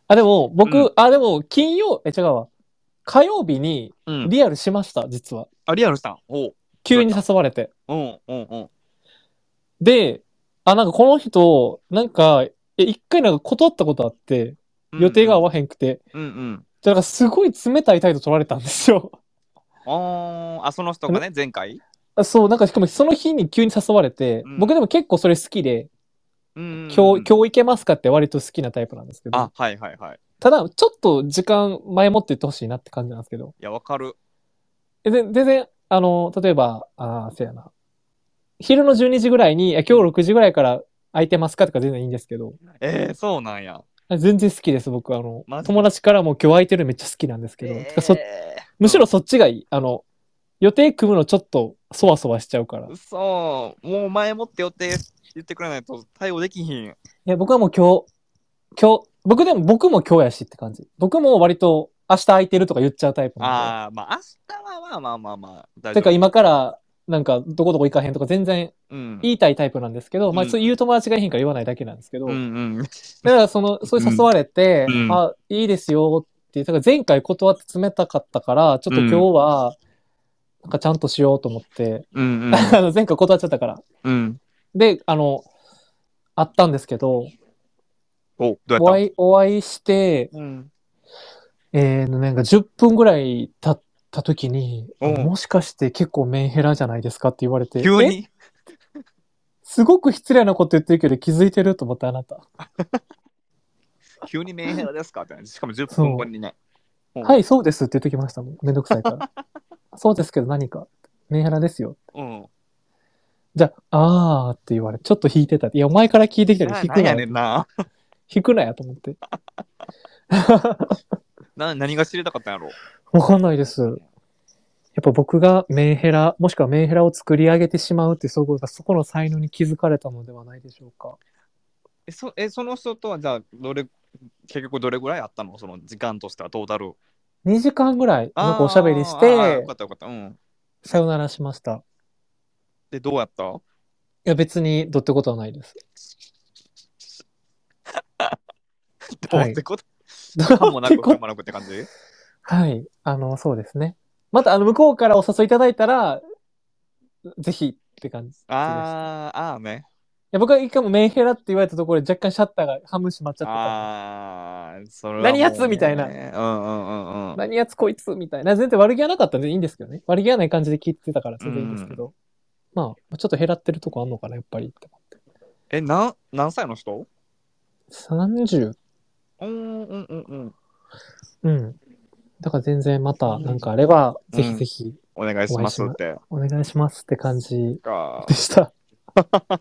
Speaker 1: あ、でも、僕、
Speaker 2: うん
Speaker 1: あ、でも、金曜、え、違うわ。火曜日に
Speaker 2: うん。
Speaker 1: リアルしました、実は。
Speaker 2: あ、リアルさん。おう。
Speaker 1: 急に誘われて。
Speaker 2: うん、うん、うん。
Speaker 1: で、あ、なんかこの人、なんか、え、一回なんか断ったことあって、予定が合わへんくて、
Speaker 2: うん、うん。
Speaker 1: だからすごい冷たい態度取られたんですよ。
Speaker 2: あーあ、その人がね、前回
Speaker 1: あそう、なんかしかもその日に急に誘われて、
Speaker 2: うん
Speaker 1: 僕でも結構それ好きで、
Speaker 2: うん。
Speaker 1: 今日、今日行けますかって割と好きなタイプなんですけど、
Speaker 2: あ、はいはいはい。
Speaker 1: ただちょっと時間前もって言ってほしいなって感じなんですけど、
Speaker 2: いや、わかる。
Speaker 1: えで全然、あの、例えば、あーせやな、昼の12時ぐらいに、え今日6時ぐらいから空いてますかとか全然いいんですけど、
Speaker 2: えー、そうなんや。
Speaker 1: あ全然好きです、僕、あの
Speaker 2: マ、ジ
Speaker 1: 友達からも今日空いてるのめっちゃ好きなんですけど、てかそ
Speaker 2: えー
Speaker 1: むしろ、そっちがいい。あの、予定組むのちょっとそわそわしちゃうから。い
Speaker 2: そう。もう前もって予定言ってくれないと対応できひん。
Speaker 1: や、僕はもう今日、今日、僕でも、僕も今日やしって感じ。僕も割と明日空いてるとか言っちゃうタイプなん
Speaker 2: ああ、まあ、明日はまあまあまあまあ、大
Speaker 1: で。てか
Speaker 2: 夫。
Speaker 1: 今から、なんか、どこどこ行かへんとか全然
Speaker 2: うん。
Speaker 1: 言いたいタイプなんですけど、まあ
Speaker 2: うん
Speaker 1: そういう友達がいへんから言わないだけなんですけど、
Speaker 2: うんうん。
Speaker 1: だからその、そういう誘われて、
Speaker 2: うん
Speaker 1: あ、いいですよって、だから前回断って冷たかったから、ちょっと今日は、なんかちゃんとしようと思って、
Speaker 2: うんうん。
Speaker 1: あの前回断っちゃったから。
Speaker 2: うん。
Speaker 1: で、あの、あったんですけど、
Speaker 2: おう、どう
Speaker 1: お
Speaker 2: やっ
Speaker 1: 会い、お会いして、
Speaker 2: たうん。
Speaker 1: えー、なんか10分ぐらい経った時に、
Speaker 2: うん
Speaker 1: もしかして結構メンヘラじゃないですかって言われて、
Speaker 2: 急
Speaker 1: え
Speaker 2: に
Speaker 1: すごく失礼なこと言ってるけど気づいてると思ってあなた。
Speaker 2: 急にメンヘラですかってしかも10分後にね。うん
Speaker 1: はい、そうですって言ってきましたもん。めんどくさい から。そうですけど何か。メンヘラですよ。
Speaker 2: うん。
Speaker 1: じゃあ、あーって言われて、ちょっと引いてた。いや、お前から聞いてきたら
Speaker 2: な
Speaker 1: 引
Speaker 2: な
Speaker 1: く
Speaker 2: ん
Speaker 1: な
Speaker 2: や
Speaker 1: よ
Speaker 2: ねんな。
Speaker 1: 引くなやと思って。
Speaker 2: な何が知りたかったんやろ
Speaker 1: わかんないです。やっぱ僕がメンヘラ、もしくはメンヘラを作り上げてしまうって、そこが、そこの才能に気づかれたのではないでしょうか。
Speaker 2: えそえその人とはじゃあどれ結局どれぐらいあったのその時間としてはトータル。
Speaker 1: 2時間ぐらい、
Speaker 2: あ
Speaker 1: なん
Speaker 2: ー
Speaker 1: かおしゃべりし
Speaker 2: あーよ
Speaker 1: て
Speaker 2: か、ったよかった。うん。
Speaker 1: さよならしました。
Speaker 2: でどうやった
Speaker 1: いや、別に、どうってことはないです。
Speaker 2: どう
Speaker 1: はい
Speaker 2: ってこと
Speaker 1: ど
Speaker 2: かもな く
Speaker 1: ってこ
Speaker 2: かもなくって感じ
Speaker 1: はい。あの、そうですね。また、あの、向こうからお誘いいただいたら、ぜひって感じ。い
Speaker 2: あーあーね。
Speaker 1: や僕は一回もメンヘラって言われたところで若干シャッターが半分閉まっちゃってた。
Speaker 2: ああそれはもうね
Speaker 1: 何やつみたいな
Speaker 2: うんうんうんうん。
Speaker 1: 何やつこいつみたいな。全然悪気はなかったんでいいんですけどね。悪気はない感じで聞いてたから全然いいんですけど。まあ、ちょっと減らってるとこあんのかな、やっぱりって思って。
Speaker 2: え、なん何歳の人
Speaker 1: 30、
Speaker 2: うんうんうんうん。
Speaker 1: うん。だから全然またなんかあれば、
Speaker 2: うん
Speaker 1: ぜひぜひ
Speaker 2: お願いします
Speaker 1: お会いしま
Speaker 2: って。
Speaker 1: お願いしますって感じ
Speaker 2: か
Speaker 1: でした。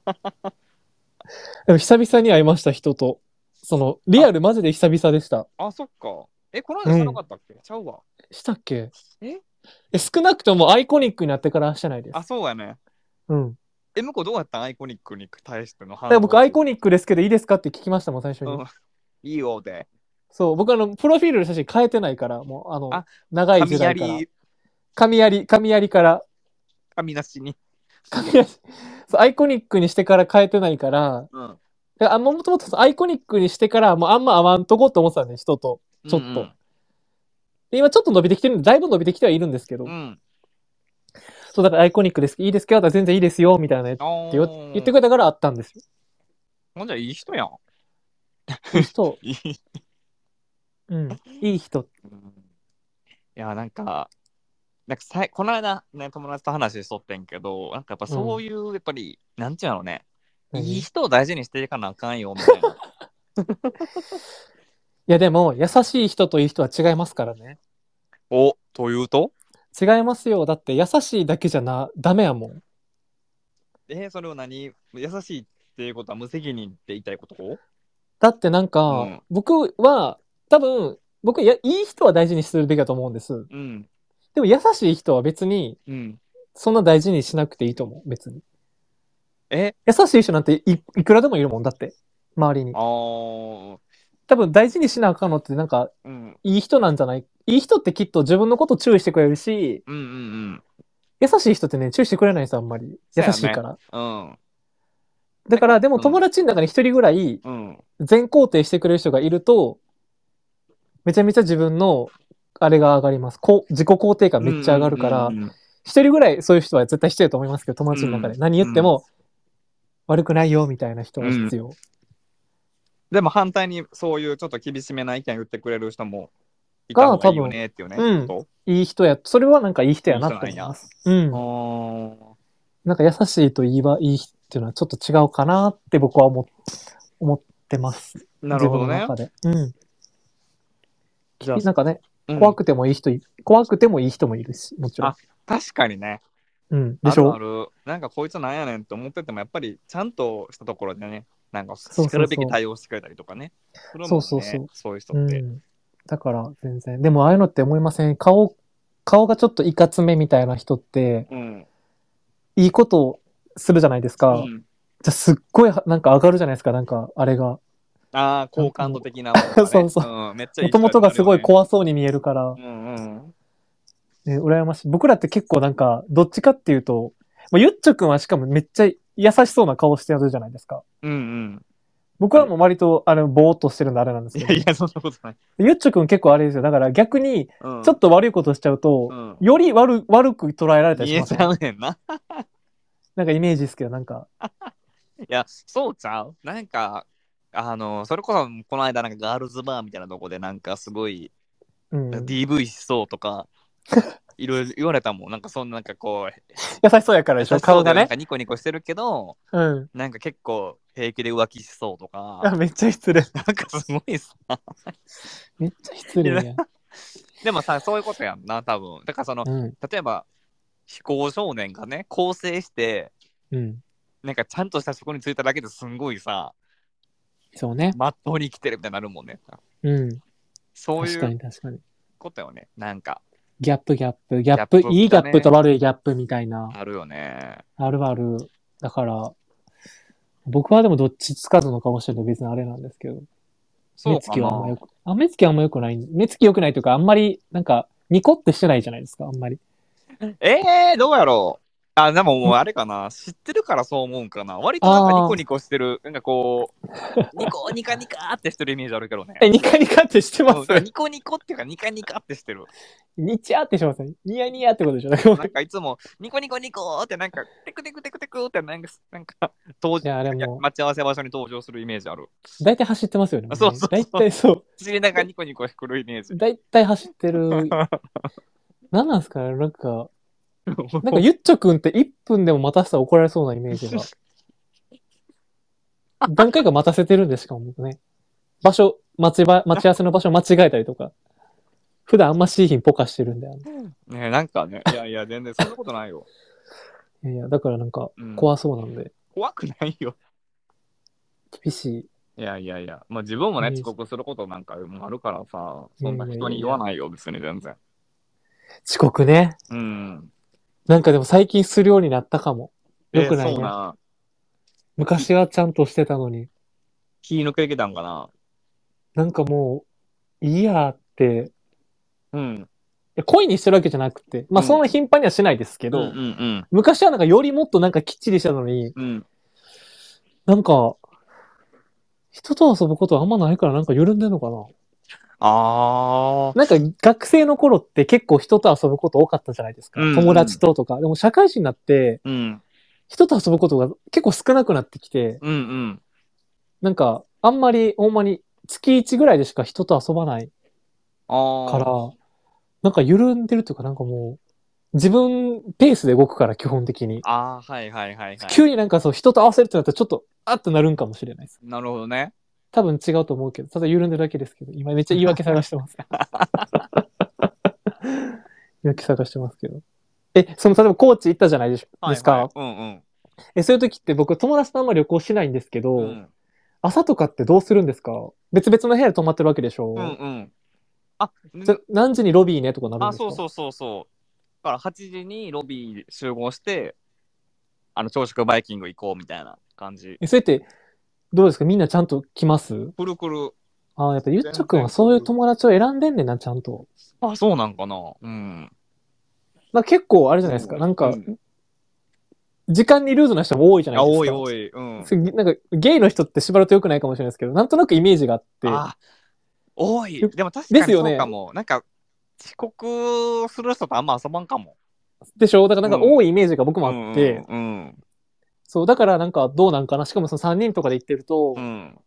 Speaker 1: でも久々に会いました、人と。その、リアルマジで久々でした。
Speaker 2: あ、そっか。え、この間してなかったっけ、ちゃうわ。
Speaker 1: したっけ
Speaker 2: え
Speaker 1: え少なくともアイコニックになってからじゃないです
Speaker 2: あ、。そうやね。
Speaker 1: うん。
Speaker 2: え、向こうどうやったんアイコニックに対しての
Speaker 1: だ
Speaker 2: 反
Speaker 1: から僕アイ
Speaker 2: ニ
Speaker 1: コニックですけどいいですかって聞きましたもん、最初に。
Speaker 2: うん、いいよで。
Speaker 1: そう、僕あの、プロフィールの写真変えてないから、もうあの、
Speaker 2: あ
Speaker 1: 長い時
Speaker 2: 神や
Speaker 1: 代から。
Speaker 2: り、
Speaker 1: 神やり、神やりから。
Speaker 2: 神なしに。
Speaker 1: 神やり。そう、アイコニックにしてから変えてないから、
Speaker 2: うん。
Speaker 1: だからあもともとアイコニックにしてから、もうあんま合わんとこって思ってたんで、人と。ちょっと
Speaker 2: うん
Speaker 1: で、今ちょっと伸びてきてるんで、だいぶ伸びてきてはいるんですけど、
Speaker 2: うん。うん
Speaker 1: そう、だからアイコニックです。いいですけど、だから全然いいですよ、みたいなやつ
Speaker 2: あー
Speaker 1: ってよ言ってくれたからあったんですよ。
Speaker 2: ほんじゃいい人やん。
Speaker 1: いい人、
Speaker 2: いい。
Speaker 1: うん、いい人。
Speaker 2: うんいや、なんか、なんかさいこの間、ね、友達と話しとってんけど、なんかやっぱそういう、やっぱり、なんていうのね、いい
Speaker 1: い
Speaker 2: 人を大事にしていかなあかんよ、みたい な。
Speaker 1: や、でも、優しい人といい人は違いますからね。
Speaker 2: お、というと
Speaker 1: 違いますよ。だって、優しいだけじゃな、ダメやもん。
Speaker 2: えーそれを何優しいっていうことは無責任って言いたいこと
Speaker 1: だってなんか、
Speaker 2: うん
Speaker 1: 僕は、多分、僕や、いい人は大事にするべきだと思うんです。
Speaker 2: うん。
Speaker 1: でも、優しい人は別に、
Speaker 2: うん。
Speaker 1: そんな大事にしなくていいと思う、別に。
Speaker 2: え
Speaker 1: 優しい人なんていいくらでもいるもんだって、周りに
Speaker 2: あ。ー、
Speaker 1: 多分、大事にしなあかんのって、なんか、
Speaker 2: うん。
Speaker 1: いい人なんじゃないいい人ってきっと自分のこと注意してくれるし、
Speaker 2: うんうん
Speaker 1: 優しい人ってね、注意してくれないんですよ、あんまり。
Speaker 2: そう
Speaker 1: 優
Speaker 2: やね
Speaker 1: しいから。
Speaker 2: うん。うん。
Speaker 1: だから、で
Speaker 2: う
Speaker 1: も
Speaker 2: ん
Speaker 1: 友達の中に一人ぐらい
Speaker 2: うん。
Speaker 1: 全肯定してくれる人がいると、めちゃめちゃ自分の、あれが上がります。こう自己肯定感めっちゃ上がるから
Speaker 2: うんう、んうん
Speaker 1: 一人ぐらいそういう人は絶対必要だと思いますけど、友達の中
Speaker 2: う
Speaker 1: で。
Speaker 2: ん
Speaker 1: 何言っても、悪くないよ、みたいな人は必要。
Speaker 2: でも反対にそういうちょっと厳しめな意見言ってくれる人もいた方がいいよねっていうね。
Speaker 1: が多分
Speaker 2: こと
Speaker 1: いい人や、それはなんかいい人やなって思います。うん。
Speaker 2: あ
Speaker 1: なんか優しいといいばいいっていうのはちょっと違うかなって僕は思っ思ってます。
Speaker 2: ーなるほどね
Speaker 1: 自分。の中で。うん。
Speaker 2: じゃあ
Speaker 1: なんかね、
Speaker 2: うん
Speaker 1: 怖くてもいい人い、怖くてもいい人もいるし、もちろん
Speaker 2: あ。確かにね。
Speaker 1: うん。でしょ
Speaker 2: あるある。なんかこいつなんやねんって思っててもやっぱりちゃんとしたところでね、なんか
Speaker 1: そうそう
Speaker 2: しかるべき対応してくれたりとかね。するもんね
Speaker 1: そうそうそう。
Speaker 2: そういう人
Speaker 1: う
Speaker 2: って。
Speaker 1: ん。だから、全然。でも、ああいうのって思いません顔、顔がちょっといかつめみたいな人って、
Speaker 2: うん。
Speaker 1: いいことをするじゃないです
Speaker 2: う
Speaker 1: か。
Speaker 2: ん
Speaker 1: じゃあすっごい、なんか上がるじゃないですか、なんか、あれが。
Speaker 2: ああ、好感度的なものが ね。
Speaker 1: そうそう
Speaker 2: うん。めっちゃいい
Speaker 1: もと
Speaker 2: 人
Speaker 1: もとがすごい
Speaker 2: に
Speaker 1: 怖そうに見えるから、
Speaker 2: なるよねうんうん。
Speaker 1: ね、羨ましい。僕らって結構なんか、どっちかっていうと、まあ、ゆっちょくんはしかもめっちゃ優しそうな顔してやるじゃないですか。
Speaker 2: うんうん。
Speaker 1: 僕はもう割と、あの、ぼーっとしてるんであれなんです
Speaker 2: い
Speaker 1: け
Speaker 2: や
Speaker 1: ど
Speaker 2: い。や、そんなことない。
Speaker 1: ゆっちょくん結構あれですよ。だから逆に、
Speaker 2: うん
Speaker 1: ちょっと悪いことしちゃうと、
Speaker 2: うん。
Speaker 1: より悪悪く捉えられたりし
Speaker 2: 見え
Speaker 1: ます
Speaker 2: ちゃうねんな。
Speaker 1: なんかイメージですけど、なんか。
Speaker 2: いや、そうちゃうなんか、あの、それこそ、この間、なんか、ガールズバーみたいなとこで、なんか、すごい、
Speaker 1: うん。優
Speaker 2: DV しそう とか、いろいろ言われたもん。なんか、そんな、なんかこう、
Speaker 1: しそうやからでしょ、顔が
Speaker 2: なん
Speaker 1: ね
Speaker 2: か、。ニコニコしてるけど、
Speaker 1: うん。
Speaker 2: なんか、結構、平気で浮気しそうと
Speaker 1: あ、
Speaker 2: か、
Speaker 1: めっちゃ失礼。
Speaker 2: なんか、すごいさ。
Speaker 1: めっちゃ失礼や。
Speaker 2: でもさ、そういうことやんな、多分。だから、その、
Speaker 1: うん。
Speaker 2: 例えば、非行少年がね、更生して、
Speaker 1: うん。
Speaker 2: なんか、ちゃんとした職に就いただけですんごいさ、
Speaker 1: そうね。
Speaker 2: まっとうに生きてるみたいになるもんね。
Speaker 1: うん。
Speaker 2: そうい
Speaker 1: 確か
Speaker 2: う
Speaker 1: に確かに。
Speaker 2: ことよね、なんか。
Speaker 1: ギャップギャップ、ギャッ
Speaker 2: ギャッ
Speaker 1: プ、
Speaker 2: プ
Speaker 1: いいギャップと
Speaker 2: だ
Speaker 1: 悪いギャップみたいな。
Speaker 2: あるよね。
Speaker 1: あるある。だから、僕はでもどっちつかずの顔してると別にあれなんですけど。
Speaker 2: そ
Speaker 1: 目
Speaker 2: う
Speaker 1: つ
Speaker 2: か
Speaker 1: きはあんま
Speaker 2: な
Speaker 1: よ。く、あ、目つきはあんま良くない。目つき良くないというか、あんまり、なんか、ニコってしてないじゃないですか、あんまり。
Speaker 2: えー、どうやろう。あ、でももうあれかな。知ってるからそう思うんかな。割となんかニコニコしてる。なんかこ う、ニコニカニカってしてるイメージあるけどね。
Speaker 1: え、ニカニカってしてま
Speaker 2: うん
Speaker 1: す
Speaker 2: ニコニコっていうかニカニカってしてる。
Speaker 1: ニチャーってしてますね。ニヤニヤってことでしょ。
Speaker 2: なんかいつもニコニコニコってなんかテクテクテクテクってなんか、なんか、登
Speaker 1: い
Speaker 2: 場
Speaker 1: や、あれ
Speaker 2: いや
Speaker 1: も
Speaker 2: 待ち合わせ場所に登場するイメージある。
Speaker 1: う、大体走ってますよね。
Speaker 2: あそうそう
Speaker 1: 大体そう。
Speaker 2: 知りながらニコ ニコしてるイメージ。
Speaker 1: 大体走ってる。何なんですかねなんか、なんかゆっちょくんって1分でも待たせたら怒られそうなイメージが。 何回か待たせてるんでしかもね。場所、待ちば、待ち合わせの場所間違えたりとか。普段あんまシーヒンポカしてるんだよ、ね。
Speaker 2: ねなんかね、いやいや、全然そんなことないよ。
Speaker 1: いやいや、だからなんか
Speaker 2: うん
Speaker 1: 怖そうなんで、
Speaker 2: 怖くないよ。
Speaker 1: 厳しい。
Speaker 2: いやいやいや、まあ自分もね、
Speaker 1: いいです
Speaker 2: 遅刻することなんかもあるからさ、そんな人に言わないよ、別に全然。
Speaker 1: 遅刻ね。
Speaker 2: うん。
Speaker 1: なんかでも最近するようになったかも。よくないね
Speaker 2: えそうな。
Speaker 1: 昔はちゃんとしてたのに、
Speaker 2: 気抜けてたんかな。
Speaker 1: なんかもう、いいやって、
Speaker 2: うん。
Speaker 1: いや恋にしてるわけじゃなくて、まあ
Speaker 2: うん
Speaker 1: そんな頻繁にはしないですけ
Speaker 2: け
Speaker 1: ど、
Speaker 2: うんうん
Speaker 1: 昔はなんかよりもっとなんかきっちりしたのに、
Speaker 2: うん。うん。
Speaker 1: なんか、人と遊ぶことはあんまないからなんか緩んでんのか
Speaker 2: あ あ。
Speaker 1: ななんか学生の頃って結構人と遊ぶこと多かったじゃないですか。
Speaker 2: うんうん
Speaker 1: 友達ととか。でも社会人になって、
Speaker 2: うん。
Speaker 1: 人と遊ぶことが結構少なくなってきて、
Speaker 2: うんうん。
Speaker 1: なんか、あんまり、ほんまに、月1ぐらいでしか人と遊ばない
Speaker 2: ああ。
Speaker 1: から、なんか緩んでるというか、なんかもう、自分ペースで動くから、基本的に。
Speaker 2: ああ、はいはいはいはい。
Speaker 1: 急になんかそう、人と合わせるってなったら、ちょっと、あってなるんかもしれないです。
Speaker 2: なるほどね。
Speaker 1: 多分違うと思うけど、ただ緩んでるだけですけど、今めっちゃ言い訳探して ます。言い訳探してますけど。え、その、例えば高知行ったじゃないでし
Speaker 2: はいはい
Speaker 1: ですか。
Speaker 2: うんうん。
Speaker 1: え、そういう時って僕、友達とあんまり旅行しないんですけど、
Speaker 2: うん
Speaker 1: 朝とかってどうするんですか別々の部屋で泊まってるわけでしょ
Speaker 2: うんうん。あ、
Speaker 1: じゃ何時にロビーねとかなるん
Speaker 2: あ、
Speaker 1: ですか
Speaker 2: そうそうそうそう。だから8時にロビー集合して、あの朝食バイキング行こうみたいな感じ。
Speaker 1: えそれって、どうですかみんなちゃんと来ます
Speaker 2: くるくる。
Speaker 1: ああ、やっぱゆっちょくんはそういう友達を選んでんねんな、ちゃんと。
Speaker 2: あ、そうなんかな。うん。
Speaker 1: なんか結構あれじゃないですか。なんか
Speaker 2: う、ん
Speaker 1: 時間にルーズな人も多いじゃない
Speaker 2: あ、
Speaker 1: ですか。
Speaker 2: 多い多い。うん。
Speaker 1: そうなんか、ゲイの人って縛ると良くないかもしれないですけど、なんとなくイメージがあって、
Speaker 2: あ、多い。
Speaker 1: よ
Speaker 2: でも確
Speaker 1: で
Speaker 2: か
Speaker 1: す
Speaker 2: に
Speaker 1: よ
Speaker 2: そ
Speaker 1: ね
Speaker 2: うかも。なんか、遅刻する人とあんま遊ばんかも。
Speaker 1: でしょだからなんか
Speaker 2: うん
Speaker 1: 多いイメージが僕もあって、
Speaker 2: うんうん
Speaker 1: そう、だからなんかどうなんかなしかもその3人とかで行ってると、
Speaker 2: うん。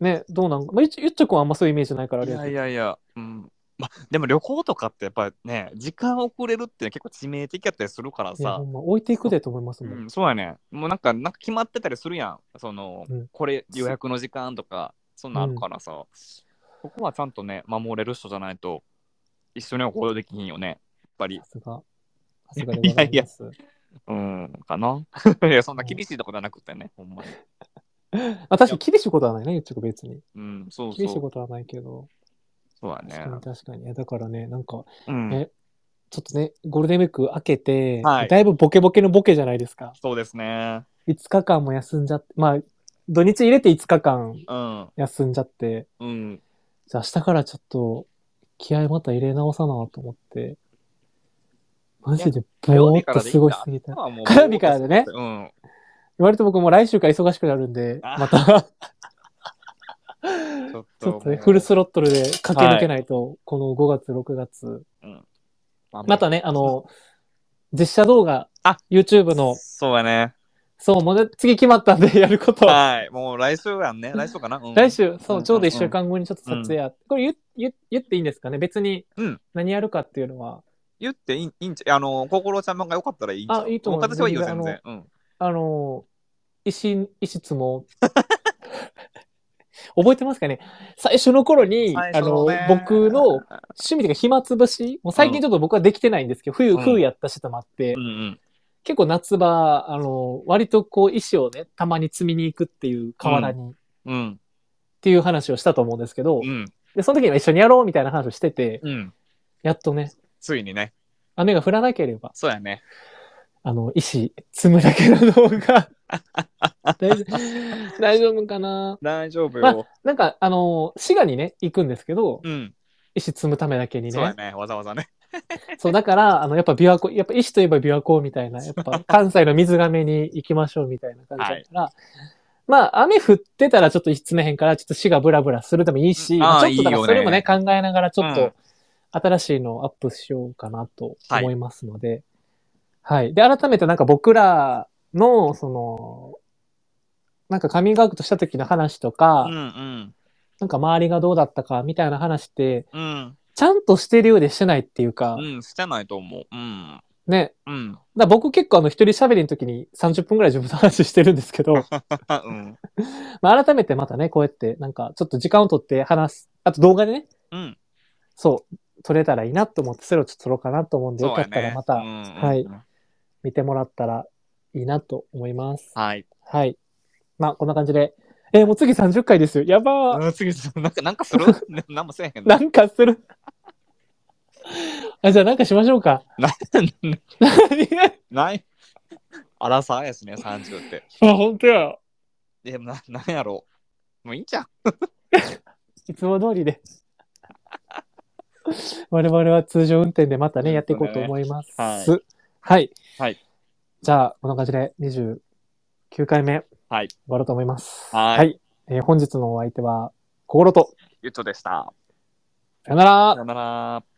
Speaker 1: ね、どうなんか、まあ、ゆっちゆっちょくんはあんまそういうイメージないからあ
Speaker 2: い
Speaker 1: れや
Speaker 2: や
Speaker 1: け
Speaker 2: い
Speaker 1: ど
Speaker 2: やいや。うん。ま、でも旅行とかってやっぱりね、時間遅れるって結構致命的やったりするから
Speaker 1: いや、
Speaker 2: さ
Speaker 1: ほ。んま、置いていくでと思いますもん。
Speaker 2: うん、そうやね。もうなんか、なんか決まってたりするやん。その、
Speaker 1: うん
Speaker 2: これ予約の時間とか、そんなんあるからさ。ここはちゃんとね、守れる人じゃないと、一緒には行動できひんよね。やっぱり
Speaker 1: さ。すが。さすがでございます。
Speaker 2: うん、かな。 いや、そんな厳しいとこじゃなくてね、ほんまに。
Speaker 1: まあ、確かに厳しいことはないね、ゆっちょくん別に。
Speaker 2: うん、そう
Speaker 1: 厳しい
Speaker 2: そう。
Speaker 1: ことはないけど。
Speaker 2: そうだ
Speaker 1: 確
Speaker 2: ね
Speaker 1: か。に確かに。いやだからね、なんか、
Speaker 2: うん
Speaker 1: え。ちょっとね、ゴールデンウィーク明けて、
Speaker 2: はい
Speaker 1: だいぶボケボケのボケじゃないですか。
Speaker 2: そうですね。
Speaker 1: 5日間も休んじゃって、まあ、土日入れて5日間
Speaker 2: うん。
Speaker 1: 休んじゃって、
Speaker 2: うん。
Speaker 1: じゃあ明日からちょっと、気合また入れ直さなと思って、マジでぼーっと過ごしすぎた。
Speaker 2: あもう
Speaker 1: 火曜日からでね
Speaker 2: うん。
Speaker 1: 割と僕も来週から忙しくなるんで、
Speaker 2: あ
Speaker 1: また、
Speaker 2: ちょっ
Speaker 1: ちょっと
Speaker 2: と
Speaker 1: ね、フルスロットルで駆け抜けないと、この5月、6月。また
Speaker 2: ね。
Speaker 1: ね、あの、実写動画、
Speaker 2: あ
Speaker 1: YouTube の、
Speaker 2: そうやね。
Speaker 1: そう、もうね次決まったんでやること。
Speaker 2: はい。もう来週やんね。来週かな。うん
Speaker 1: 来。週、
Speaker 2: うん
Speaker 1: そ
Speaker 2: うん
Speaker 1: う、ちょうど1週間後にちょっと撮影やって、これ言言言っていいんですかね別に
Speaker 2: うん、
Speaker 1: 何やるかっていうのは、
Speaker 2: 言っていいいいんちゃうあの、心ちゃんがよかったらいいんちゃう
Speaker 1: あいいと思う
Speaker 2: 私はいいよ、
Speaker 1: 全
Speaker 2: 全
Speaker 1: 然
Speaker 2: 然。うん。
Speaker 1: あの、石、石つも、 覚えてますかね最初の頃に、
Speaker 2: 最
Speaker 1: あ
Speaker 2: 初
Speaker 1: の
Speaker 2: ね、
Speaker 1: 僕の趣味というか暇つぶし、もう最近ちょっと僕はできてないんですけど、冬、
Speaker 2: うん
Speaker 1: 冬やったしともあって、
Speaker 2: うんうん。
Speaker 1: 結構夏場、あの、割とこう石をね、たまに積みに行くっていう河原に、っ
Speaker 2: うん。
Speaker 1: ていう話をしたと思うんですけど、
Speaker 2: うん。
Speaker 1: で、その時には一緒にやろうみたいな話をしてて、
Speaker 2: うん。
Speaker 1: やっとね、
Speaker 2: ついにね。
Speaker 1: 雨が降らなければ、
Speaker 2: そうやね。
Speaker 1: あの、石積むだけの動画。大丈夫、大丈夫かな
Speaker 2: 大丈夫
Speaker 1: まあ
Speaker 2: よ。
Speaker 1: なんか、あの、滋賀にね、行くんですけど、
Speaker 2: うん。
Speaker 1: 石積むためだけに
Speaker 2: そうや
Speaker 1: ね。
Speaker 2: ね。わざわざね。
Speaker 1: そう、だから、あの、やっぱ琵琶湖、やっぱ石といえば琵琶湖みたいな、やっぱ関西の水亀に行きましょうみたいな感じだから、まあ、雨降ってたらちょっと積めへんから、ちょっと滋賀ブラブラするでもいいし、
Speaker 2: うん
Speaker 1: まあ
Speaker 2: あー
Speaker 1: ちょっとだから
Speaker 2: いいよね
Speaker 1: それもね、考えながらちょっ
Speaker 2: う
Speaker 1: と
Speaker 2: ん、
Speaker 1: 新しいのをアップしようかなと
Speaker 2: はい
Speaker 1: 思いますので、はい、で、改めてなんか僕らの、その、なんかカミングアウトした時の話とか、
Speaker 2: うんうん。
Speaker 1: なんか周りがどうだったかみたいな話って、
Speaker 2: うん。
Speaker 1: ちゃんとしてるようでしてないっていうか、
Speaker 2: うん、してないと思う。うん。
Speaker 1: ね。
Speaker 2: うん。
Speaker 1: だから僕結構あの一人喋りの時に30分くらい自分の話してるんですけ ど、
Speaker 2: あうん。
Speaker 1: まあ改めてまたね、こうやってなんかちょっと時間を取って話す。あと動画でね、
Speaker 2: うん。
Speaker 1: そう、撮れたらいいなと思って、それをちょっと撮ろうかなと思うんで、よ
Speaker 2: そう
Speaker 1: か
Speaker 2: や
Speaker 1: ったら
Speaker 2: ね。
Speaker 1: また
Speaker 2: うんうん
Speaker 1: はい見てもらったらいいなと思います。
Speaker 2: はい。
Speaker 1: はい。まあこんな感じで。えーもう次30回ですよ。やばー。
Speaker 2: うん次、なんか、なんかする ねなんもせえへん
Speaker 1: な
Speaker 2: な。
Speaker 1: んかする。 あ、じゃあなんかしましょうか。
Speaker 2: ない。あらさやしね、30って。
Speaker 1: あ、本当や。
Speaker 2: でもな、なんやろう。もういいんじゃん。
Speaker 1: いつも通りで。 我々は通常運転でまたね、やっていこうと思います。
Speaker 2: そう
Speaker 1: はい。
Speaker 2: はい
Speaker 1: じゃあ、こんな感じで29回目、
Speaker 2: はい
Speaker 1: 終わろうと思います。
Speaker 2: はい
Speaker 1: えー本日のお相手は、心と、
Speaker 2: ゆっとでした。
Speaker 1: さよなら
Speaker 2: さ。よなら。